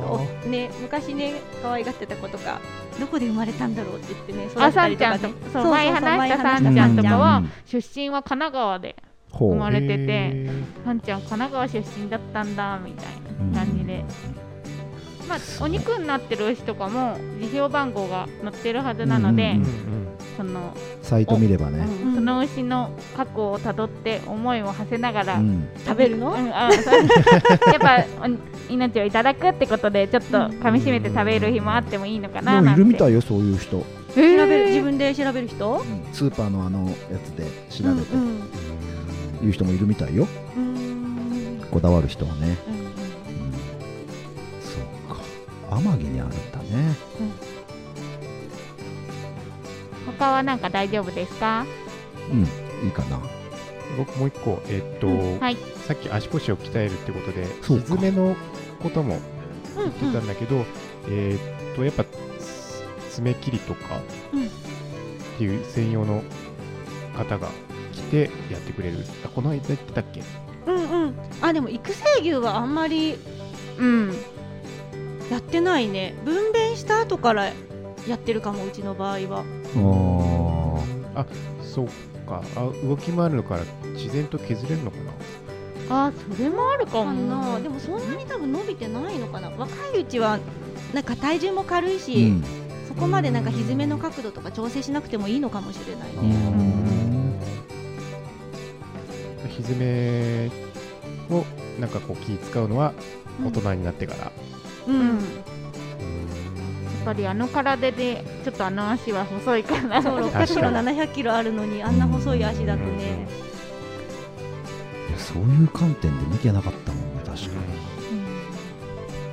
そうね、昔ね可愛がってた子とかどこで生まれたんだろうって言ってね
あ
育
さ
て
んちゃ
た
んと
りとかね
そ
そううそう
前話したさんちゃんとかは、出身は神奈川で
ほう
生まれてて
へ
さんちゃん神奈川出身だったんだみたいな感じで、まあ、お肉になってる牛とかも辞表番号が載ってるはずなので、
う
ー
んう
その
サイト見ればね、
うんその牛の過去をたどって思いを馳せながら、
うん
食べるの
うんあそう やっぱお命をいただくってことでちょっと噛みしめて食べる日もあってもいいのか
で
な
も
ないんて
るみたいよそういう人、
えー
調べる自分で調べる人
スーパーのあのやつで調べて、
うん
いう人もいるみたいよ
うんうん
こだわる人はね、
うん
うん、そうか天城にあるんだね
他はなんか大丈夫ですか
うんいいかな
僕もう一個、えっと、
はい
さっき足腰を鍛えるってことで、
そう
ひ
か
ずめのことも
うん
言ってたんだけど、えーっと、やっぱ、つ爪切りとか
うん
っていう専用の方が来てやってくれる。あ、この間言ってたっけ
うんうんうんあでも育成牛はあんまり
うん
やってないね分娩した後からやってるかもうちの場合は
あ
あ、そうか。あ、動き回るから自然と削れるのかな
あそれもあるか
かな
も
でもそんなに多分伸びてないのかな若いうちはなんか体重も軽い
ーう
し、
ん
そこまでなんかひずめの角度とか調整しなくてもいいのかもしれないね、
ん
ひずめをなんかこう気使うのは大人になってから。
うん
うんやっぱりあの体でちょっとあの足は細いかな
そう
か
600
に
キロ700キロあるのにあんな細い足だとね、
いやそういう観点で見てなかったもんね確かに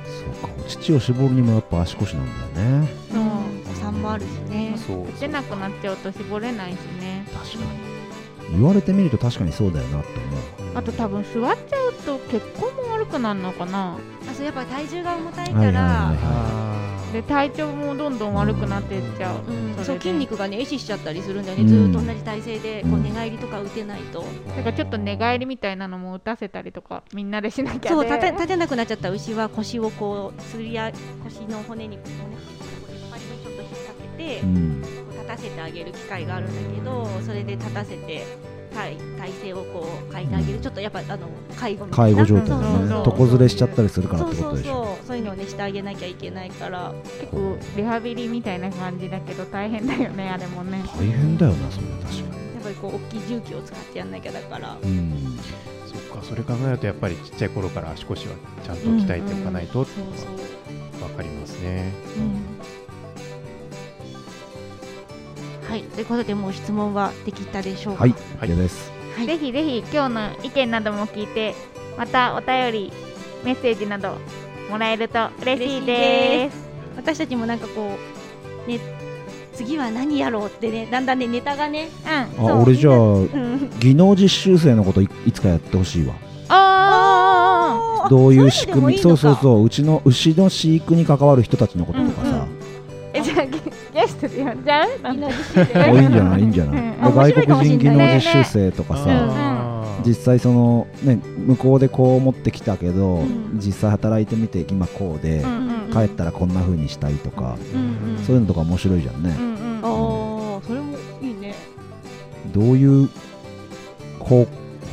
そうかお乳を絞るにもやっぱ足腰なんだよね
うん
うんお産もあるしね
そう
出なくなっちゃうと絞れないしね
確かに言われてみると確かにそうだよなって思う
あと多分座っちゃうと血行も悪くなるのかな
あそうやっぱり体重が重たいから、
はいはいは
あ
で体調もどんどん悪くなってっちゃう、
うん、
れ
そう
で
筋肉がね壊死しちゃったりするんだよね、
うん
ずーっと同じ体勢でこ
う
うん寝返りとか打てないと、
ー
なんかちょっと寝返りみたいなのも打たせたりとかみんなでしなきゃ
そう
ね
立て立てなくなっちゃった牛は腰をこうつりあ腰の骨に骨引っ張りでちょっと引っ掛けて、
いうん
こう立たせてあげる機会があるんだけどそれで立たせて体体勢をこう変えてあげる、
うん
ちょっとやっぱあの介護みた
介
いな
護状態だ
そうそう
ね
そう
床ずれしちゃったりするから
そ
っ
う
てこ
そ
と
う
でしょ
そうそういうのをねしてあげなきゃいけないから
結構リハビリみたいな感じだけど大変だよねあれもね
大変だよなそれ確か
やっぱりこう大きい重機を使ってやんなきゃだから
にうん
そっかそれ考えるとやっぱりちっちゃい頃から足腰はちゃんと鍛えておかないとっていうの
そう
は分かりますね、
はいということでもう質問はできたでしょうか
はい
はい
嫌です
い
ぜひぜひ今日の意見なども聞いてまたお便りメッセージなどもらえると嬉しいです
私たちもなんかこうね次は何やろうってねだんだんねネタがね
うん
あ
そう
俺じゃあ
うん
技能実習生のこといいつかやってほしいわ
あ
あ
どういう仕組み
そ
そうう
そ
そうう
そう
そううちの牛の飼育に関わる人たちのこととかさ、
ーえじゃあゲゲストでやっちゃうなんか
あいいんじゃないいいんじゃない、
うん
で
面白い
外
かも
国
しん
人
ない
技能実習生とかさ、
ねね
あー
実際その、ね、向こうでこう思ってきたけど、
うん
実際働いてみて今こうで、
うんうん
うん
帰ったらこんな風にしたいとか、
うんうん
そういうのとか面白いじゃんね
う、んうん
あーそれもいいね
どういう方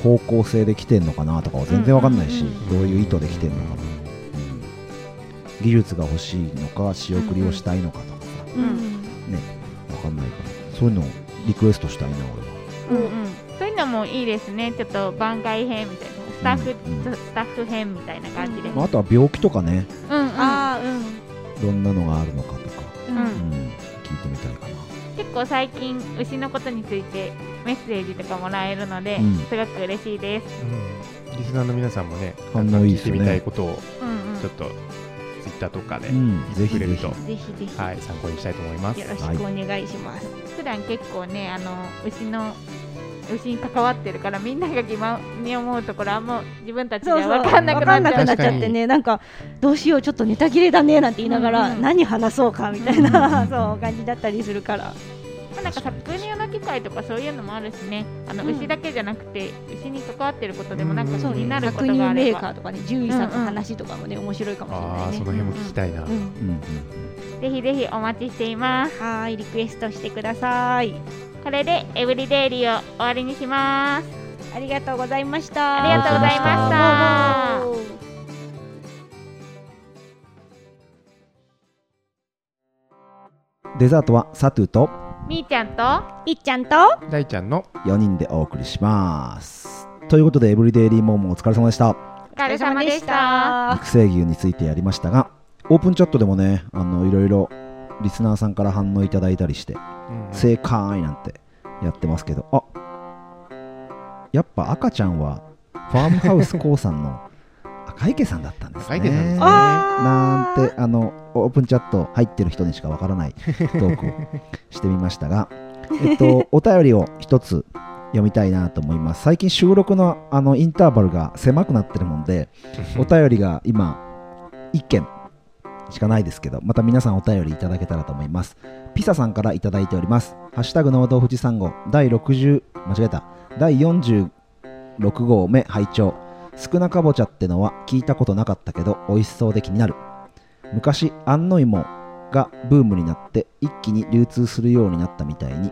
方向性で来てんのかなとかは全然わかんない
う
し、
んうんうん
どういう意図で来てんのかな、うん技術が欲しいのか仕送りをしたいのかとかさ、
うん
ねわかんないからそういうのをリクエストしたいな俺は
うんうんそういうのもいいですねちょっと番外編みたいなスタッフ、
うんうん
スタッフ編みたいな感じで、う
う
んん
まあ、あとは病気とかね
うん、
あー
どんなのがあるのかとか、
うん
う
うんん、聞いてみたいかな
結構最近牛のことについてメッセージとかもらえるので、
うん
すごく嬉しいです、
うんリスナーの皆さんもね
反応い
聞
いで
い
す
て
ね
みたいことを
うんうん
ちょっとツイッターとかで
うんぜひ
くれ
ぜ
る
ひ
と、
ぜひぜひ
はい参考にしたいと思います
よろしくお願いします
普段結構ねあの牛の牛に関わってるからみんなが疑問に思うところあんま自分たちで
そう
は
そう
分かんなく
わかん
な
な
っちゃ
く
う
なっちゃってねなんかどうしようちょっとネタ切れだねなんて言いながら、
うんうん
何話そうかみたいな、
うん
そう感じだったりするから、
あもなんか
確か
搾
に
乳の機会とかそういうのもあるしねあの
うん
牛だけじゃなくて牛に関わってることでもなんか気
そうね
になること
搾乳
があ
メ
れ
ーカ
ば
ーとかね獣医さんの話とかもね面白いかもしれ
あ
な
あ
い
その
ね、
辺も聞きたいな、
うん、
うんうん
ぜひぜひお待ちしています
はーいリクエストしてください
これでエブリデイリーを終わりにします
ありがとうございました
ありがとうございました
どうも
デザートはサトゥと
みーちゃんと
みっちゃんと
大ちゃんの
4人でお送りしますということでエブリデイリーモームお疲れ様でした
お疲れ様でした
育成牛についてやりましたがオープンチャットでもねあのいろいろリスナーさんから反応いただいたりして
うん
「正解!」なんてやってますけどあやっぱ赤ちゃんはファームハウス k o さんの赤池さんだったんです
赤池さんです
ね。
ね
なんてあのオープンチャット入ってる人にしかわからないトークをしてみましたが、えっと、お便りを一つ読みたいなと思います最近収録のあのインターバルが狭くなってるもんでお便りが今1件しかないですけどまた皆さんお便りいただけたらと思いますピサさんからいただいております「ハッシュタグ農道富士山号」第60間違えた第46号目拝聴少なかぼちゃってのは聞いたことなかったけど美味しそうで気になる昔安納芋がブームになって一気に流通するようになったみたいに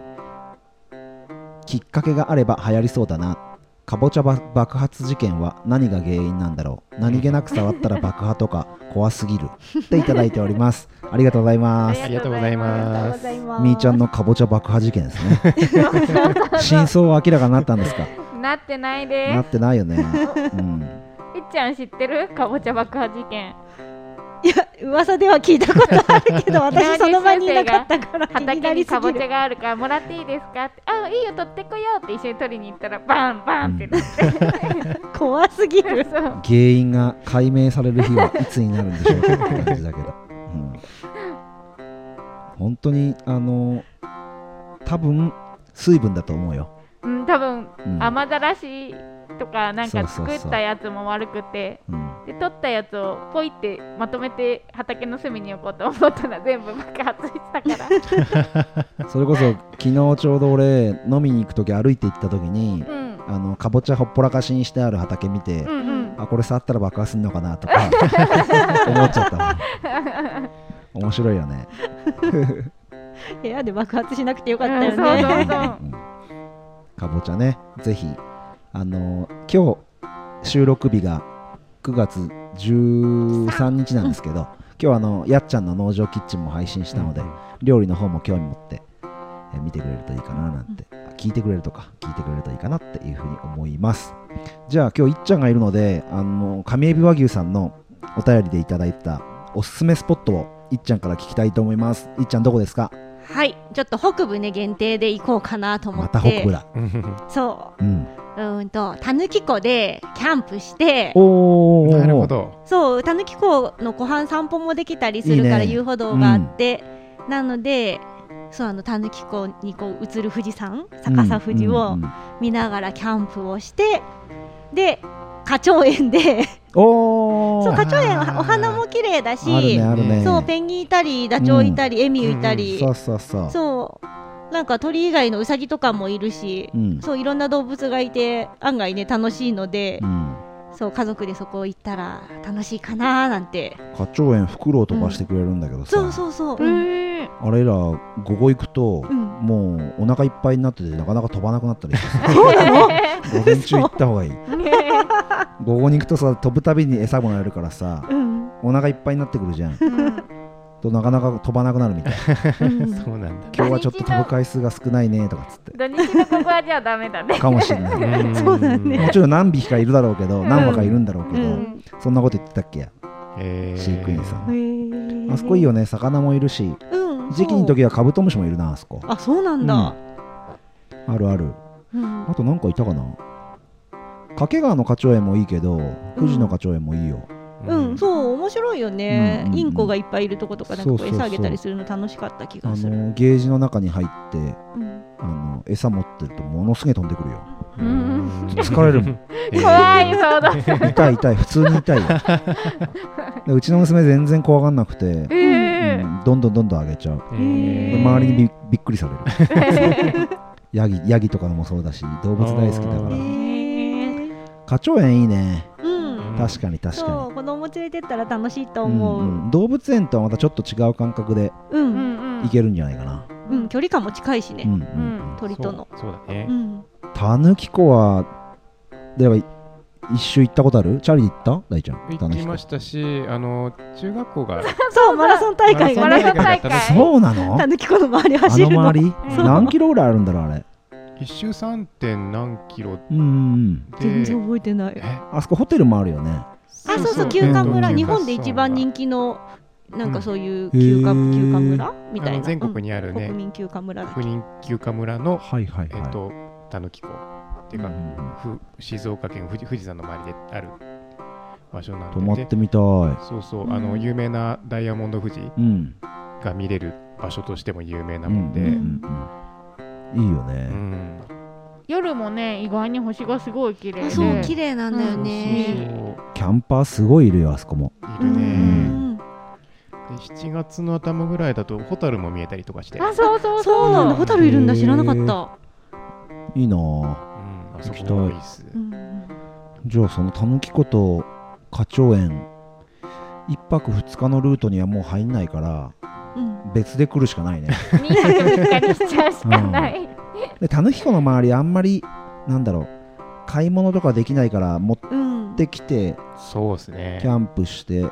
きっかけがあれば流行りそうだなかぼちゃば爆発事件は何が原因なんだろう何気なく触ったら爆破とか怖すぎるっていただいておりますありがとうございます
ありがとうござい
ありがとう
ま
ご
す
ざいます
みーちゃんのかぼちゃ爆破事件ですね真相は明らかになったんですか
なってないで
な
す
ってないよね、うん
いっちゃん知ってるかぼちゃ爆破事件
いや噂では聞いたことある けど私その場にいなかったから気にな
畑
り
に
す
かぼ
ぎ
ちゃ
る
があるからもらっていいですかってあいいよ取ってこようって一緒に取りに行ったらバンバンってなって
怖すぎる
そう
原因が解明される日はいつになるんでしょうかって感じだけど、うん、本当にあの多分水分だと思うよ、
うん、多分
うん
雨ざらしとかなんか
そう
作
そうそう
ったやつも悪くて
うん、
で取ったやつをポイってまとめて畑の隅に置こうと思ったら全部爆発したから
それこそ昨日ちょうど俺飲みに行く時歩いて行った時に
うん
あのかぼちゃほっぽらかしにしてある畑見て、
うんうん
あこれ触ったら爆発するのかなとか 思っちゃったわ面白いよね、
部屋で爆発しなくてよか
う
ったよ
ん
ね、
そうそう
う
そ
んかぼちゃねぜひあの今日収録日が9月13日なんですけど、今日あのやっちゃんの農場キッチンも配信したので、料理の方も興味持って、えー見てくれるといいかななんて、あ聞いてくれるとか聞いてくれるといいかなっていうふうに思いますじゃあ今日いっちゃんがいるのであの上エビ和牛さんのお便りでいただいたおすすめスポットをいっちゃんから聞きたいと思いますいっちゃんどこですか
はいちょっと北部ね限定で行こうかなと思
ま
っ
た
て
北部だ
うん
そ
うん
ううーんとたぬき湖でキャンプして
おー
なるほど
そうたぬき湖の湖畔散歩もできたりするから
いいね
遊歩道があってなのでそうあのたぬき湖にこう映る富士山逆さ富士
う
を
んうんうん
見ながらキャンプをしてで花鳥園で
おー
そう花鳥園
あー
お花も綺麗だ
ある
し、
ねあるね
そうペンギンいたりダチョウいたり、エミューいたり、
そうそうそう
そうなんか鳥以外のウサギとかもいるし、
うん
そういろんな動物がいて案外ね楽しいので
う、ん
そう家族でそこ行ったら楽しいかなーなんて
花鳥園フクロウとかしてくれるんだけどさ、
そうそうそう、
ううん
あれら午後行くと、
うん
もうお腹いっぱいになっててなかなか飛ばなくなったりして
そうな の
午前中行った方がいい
ね
午後に行くとさ飛ぶたびに餌もらえるからさ
うん、
お腹いっぱいになってくるじゃん
うん
となかなか飛ばなくなるみたい
うん
そうなんだ
今日はちょっと飛ぶ回数が少ないねとかっつって
土日のここはじゃあダメだね
かもしれない
ん
そうだね
もちろん何匹かいるだろうけど何羽かいるんだろうけ
う
ど、
う
ん
そんなこと言ってたっけや
えー
飼育員さん、
へー
あそこいいよね魚もいるし
うん
時期の時はカブトムシもいるなあそこ
そうあそうなんだ、
あるある
うん
あとなんかいたかな掛川の花鳥園もいいけど富士の花鳥園もいいよ、
うん、そう面白いよね、
うんうんうん
インコがいっぱいいるとことかなんか
そう
こ
そううそう
餌あげたりするの楽しかった気
あ
がする。
のゲージの中に入って
うん
あの餌持ってるとものすげえ飛んでくるよ
うん
疲れるもん
えー
怖いそうだ
痛い痛い普通に痛いよでうちの娘全然怖がんなくて
え
うんどんどんどんどん上げちゃう
へー
周りにびびっくりされるヤギヤギとかもそうだし動物大好きだか
へ
ら
ー
花鳥園いいね
うん
うん
確かに確か
そう子供連れてったら楽しいと
に、うん
思う
うん動物園とはまたちょっと違う感覚で
う
うんんうん
いけるんじゃないかな、
うん距離感も近いし
うん
ね
うんうん
鳥との
そうそうだね
う、ん
たぬき湖はでは一周行ったことあるチャリで行った大ちゃん
行きま
た
したしあの中学校が
そうマラソン大会
マ
が
ラ
ね
ソン大
マラソ
会
そうな の
たぬき湖の周り
あの
走るの
周り
うん
何キロぐらいあるんだろうあれ
一周3点何キロ
うんうんうん
全
で
然覚えてない
え
あそこホテルもあるよね
あそうそう
そう
休館
う
村
ん
日本で一番人気のなんかそういう休
う
暇
ん
休暇村み
あ
たい
の
な
全国にある
うん
ね
国民休暇村だっけ
国人休暇村の
はいはい
えっとたぬき湖っていう
う
か
ん
ふ静岡県富士富士山の周りである場所なんで
泊まっ
で
てみたい
そうそううんあの有名なダイヤモンド富士
うん
が見れる場所としても有名な
う
もん
ん
で、
う
うん
んうんいいよね
夜もね意外に星がすごい綺麗で
あ
そ
そう
う
綺
綺
麗なんだ
だ
よ
よ
ね
ね
キャンパーすごいいるよあそこも
そういるね、
うん
で7月の頭ぐらいだとホタルも見えたりとかして、うん、
あそうそうそ
そう
う
なんだホタルいるんだ知らなかっ
へ
た
いいな
あ
あ
そこもいいっす
うん
じゃあそのたぬき湖と花鳥園一泊二日のルートにはもう入んないから
うん
別で来るしかないね
2泊3日にしちゃうしかない、
でたぬき湖の周りあんまりなんだろう買い物とかできないから持っ
うん
てきて
そうですね
キャンプして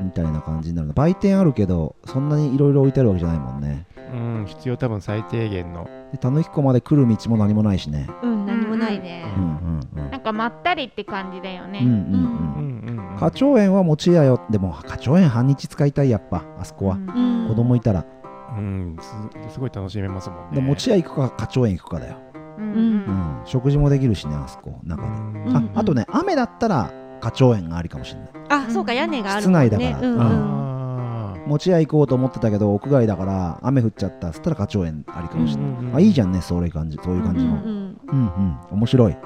みたいな感じになるの売店あるけどそんなにいろいろ置いてあるわけじゃないもんね
うん必要多分最低限の
でたぬき湖まで来る道も何もないしね
うん何もないね
うんうんうん
なんかまったりって感じだよね、
うんう
う
んうんん
うんうん
花鳥園は持ちやよでも花鳥園半日使いたいやっぱあそこは、
うん
子供いたら
うんすすごい楽しめますもん
で
ね
持ち屋行くか花鳥園行くかだよ、
うん
うん
うん、食事もできるしねあそこ中で、
うん
ああとね雨だったら花鳥園がありかもしれない
あそうか屋根があるもんね
室内だから
うんうん
あ
持ち屋行こうと思ってたけど屋外だから雨降っちゃったそしたら花鳥園ありかもしれない、
ー
あいいじ
ゃん
ゃんねそういう感じそういう感じ
う
の、
んうん
うんうん、面白い。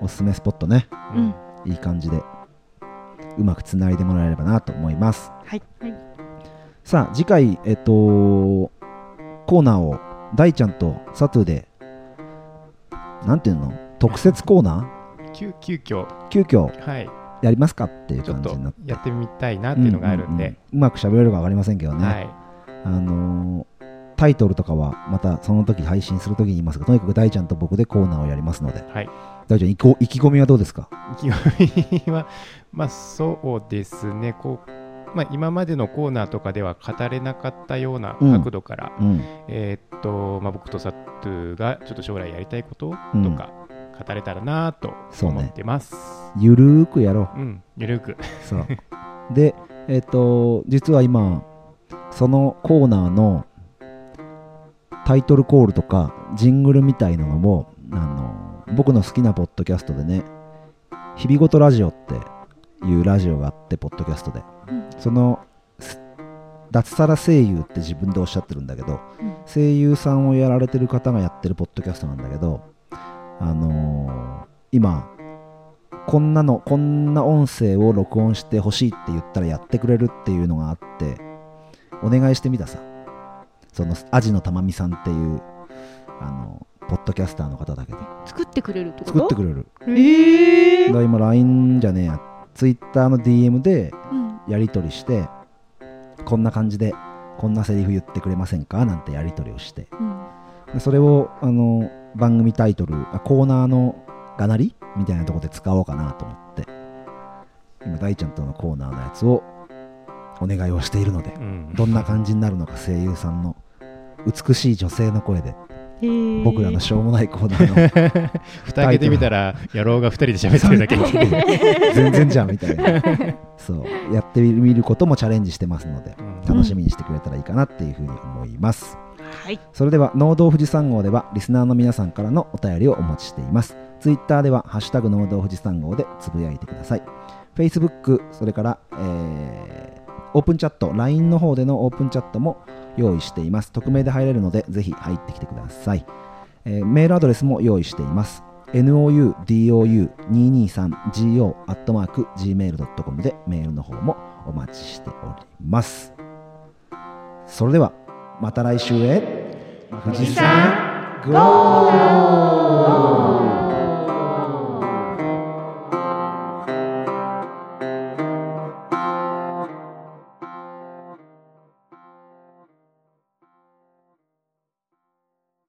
おすすめスポットね、
うん
いい感じで、うまくつないでもらえればなと思います。
はい
はい
さあ、次回、えっと、コーナーを、大ちゃんとサトゥで、なんていうの特設コーナ
急急遽
ー急遽
はい
やりますかっていう
ちょっ
感じ
と
になって。
やってみたいなっていうのがあるん
うう
で
う、うまく喋れるか分かりませんけどね、
はい
あのータイトルとかはまたその時配信する時に言いますがとにかく大ちゃんと僕でコーナーをやりますので、
はい
大ちゃん意気込意気込みはどうですか
意気込みは、まあ、そうですね、こうまあ、今までのコーナーとかでは語れなかったような
うん
角度から、
うん
えーっとまあ、僕とサトゥがちょっと将来やりたいことと
うん
か語れたらなと
そう
思
ね
ってます。
ゆるーくやろ
うん、ゆるく。
う。そうで、えっ、と、実は今、そのコーナーのタイトルコールとか、ジングルみたいなのも、あの僕の好きなポッドキャストでね、日々ごとラジオっていうラジオがあって、ポッドキャストで。
うん
その、す脱サラ声優って自分でおっしゃってるんだけど、
うん
声優さんをやられてる方がやってるポッドキャストなんだけど、あのー今、こんなのこんな音声を録音してほしいって言ったらやってくれるっていうのがあってお願いしてみたさそのアジのたまみさんっていうあのポッドキャスターの方だけど
作ってくれるってこと
作ってくれる
ええ
だから今 LINE じゃねえや Twitter の DM でやり取りしてこんな感じでこんなセリフ言ってくれませんかなんてやり取りをしてでそれをあの番組タイトルあコーナーのがなりみたいなところで使おうかなと思って今大ちゃんとのコーナーのやつをお願いをしているので
うん、
どんな感じになるのか声優さんの美しい女性の声で僕らのしょうもないコーナーの
蓋開けてみたら、野郎が2人で喋ってるだけに。
全然じゃんみたいなそうやってみることもチャレンジしてますので
うん
楽しみにしてくれたらいいかなっていうふうに思います、
はい
それでは農道富士山号ではリスナーの皆さんからのお便りをお待ちしていますツイッターでは「ハッシュタグ農道富士山号」でつぶやいてください Facebook それから、えーオープンチャット LINE の方でのオープンチャットも用意しています匿名で入れるのでぜひ入ってきてください、えーメールアドレスも用意しています noudou223go.gmail.com でメールの方もお待ちしておりますそれではまた来週へ富士
山
ゴー